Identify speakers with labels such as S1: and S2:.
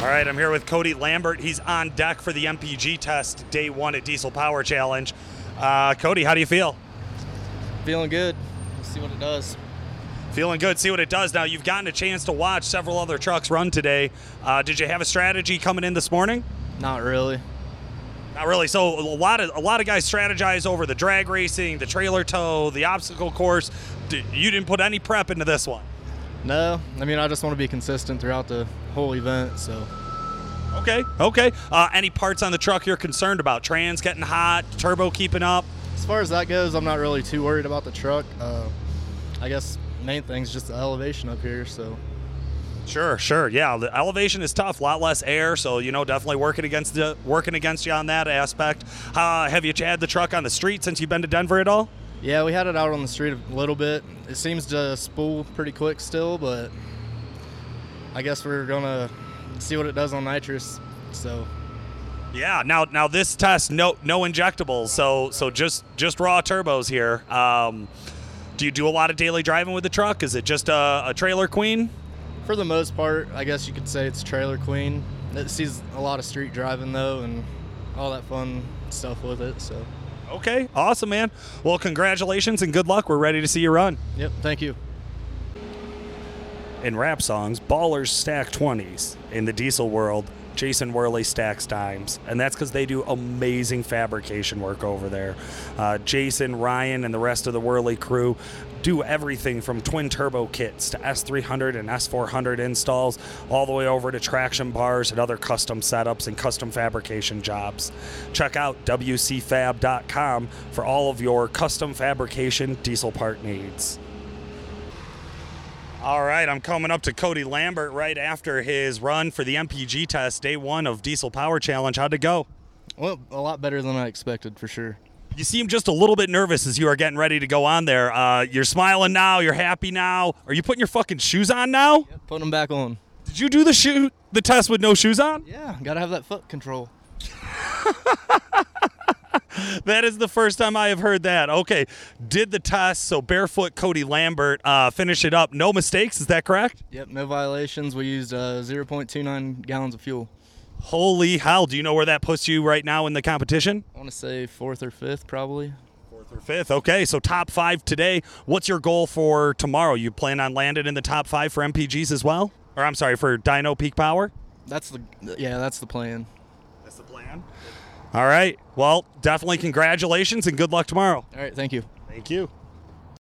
S1: All right, I'm here with Cody Lambert. He's on deck for the MPG test, day one at Diesel Power Challenge. Uh, Cody, how do you feel?
S2: Feeling good. Let's see what it does.
S1: Feeling good. See what it does now. You've gotten a chance to watch several other trucks run today. Uh, did you have a strategy coming in this morning?
S2: Not really.
S1: Not really. So a lot of a lot of guys strategize over the drag racing, the trailer tow, the obstacle course. D- You didn't put any prep into this one.
S2: No. I mean, I just want to be consistent throughout the whole event. So
S1: Okay. Okay. Uh, any parts on the truck you're concerned about? Trans getting hot, turbo keeping up.
S2: as far as that goes, I'm not really too worried about the truck. Uh, I guess main thing's just the elevation up here. So
S1: Sure, sure. Yeah, the elevation is tough. A lot less air, so you know, definitely working against the working against you on that aspect. Uh, have you had the truck on the street since you've been to Denver at all?
S2: yeah, we had it out on the street a little bit. It seems to spool pretty quick still, but I guess we're gonna see what it does on nitrous. So
S1: Yeah. Now, now this test, no, no injectables. So, so just just raw turbos here. Um, do you do a lot of daily driving with the truck? Is it just a, a trailer queen?
S2: for the most part, I guess you could say it's trailer queen. It sees a lot of street driving though, and all that fun stuff with it. So.
S1: Okay, awesome, man. Well, congratulations and good luck. We're ready to see you run.
S2: Yep, thank you.
S1: in rap songs, ballers stack 20s. In the diesel world, Jason Worley stacks dimes. And that's because they do amazing fabrication work over there. Uh, Jason, Ryan, and the rest of the Worley crew do everything from twin turbo kits to S300 and S400 installs, all the way over to traction bars and other custom setups and custom fabrication jobs. Check out WCFab.com for all of your custom fabrication diesel part needs. All right, I'm coming up to Cody Lambert right after his run for the MPG test, day one of Diesel Power Challenge. How'd it go?
S2: Well, a lot better than I expected for sure.
S1: You seem just a little bit nervous as you are getting ready to go on there. Uh, you're smiling now. You're happy now. Are you putting your fucking shoes on now?
S2: Put them back on.
S1: Did you do the shoe the test with no shoes on?
S2: Yeah, gotta have that foot control.
S1: That is the first time I have heard that. Okay, did the test. So barefoot Cody Lambert uh, finish it up. No mistakes. Is that correct?
S2: Yep, no violations. We used uh, 0.29 gallons of fuel.
S1: Holy hell! Do you know where that puts you right now in the competition?
S2: I want to say fourth or fifth, probably.
S1: Fourth or fifth. Okay, so top five today. What's your goal for tomorrow? You plan on landing in the top five for MPGs as well? Or I'm sorry, for Dino Peak Power?
S2: That's the yeah, that's the plan.
S1: That's the plan. All right. Well, definitely congratulations and good luck tomorrow.
S2: All right, thank you.
S1: Thank you.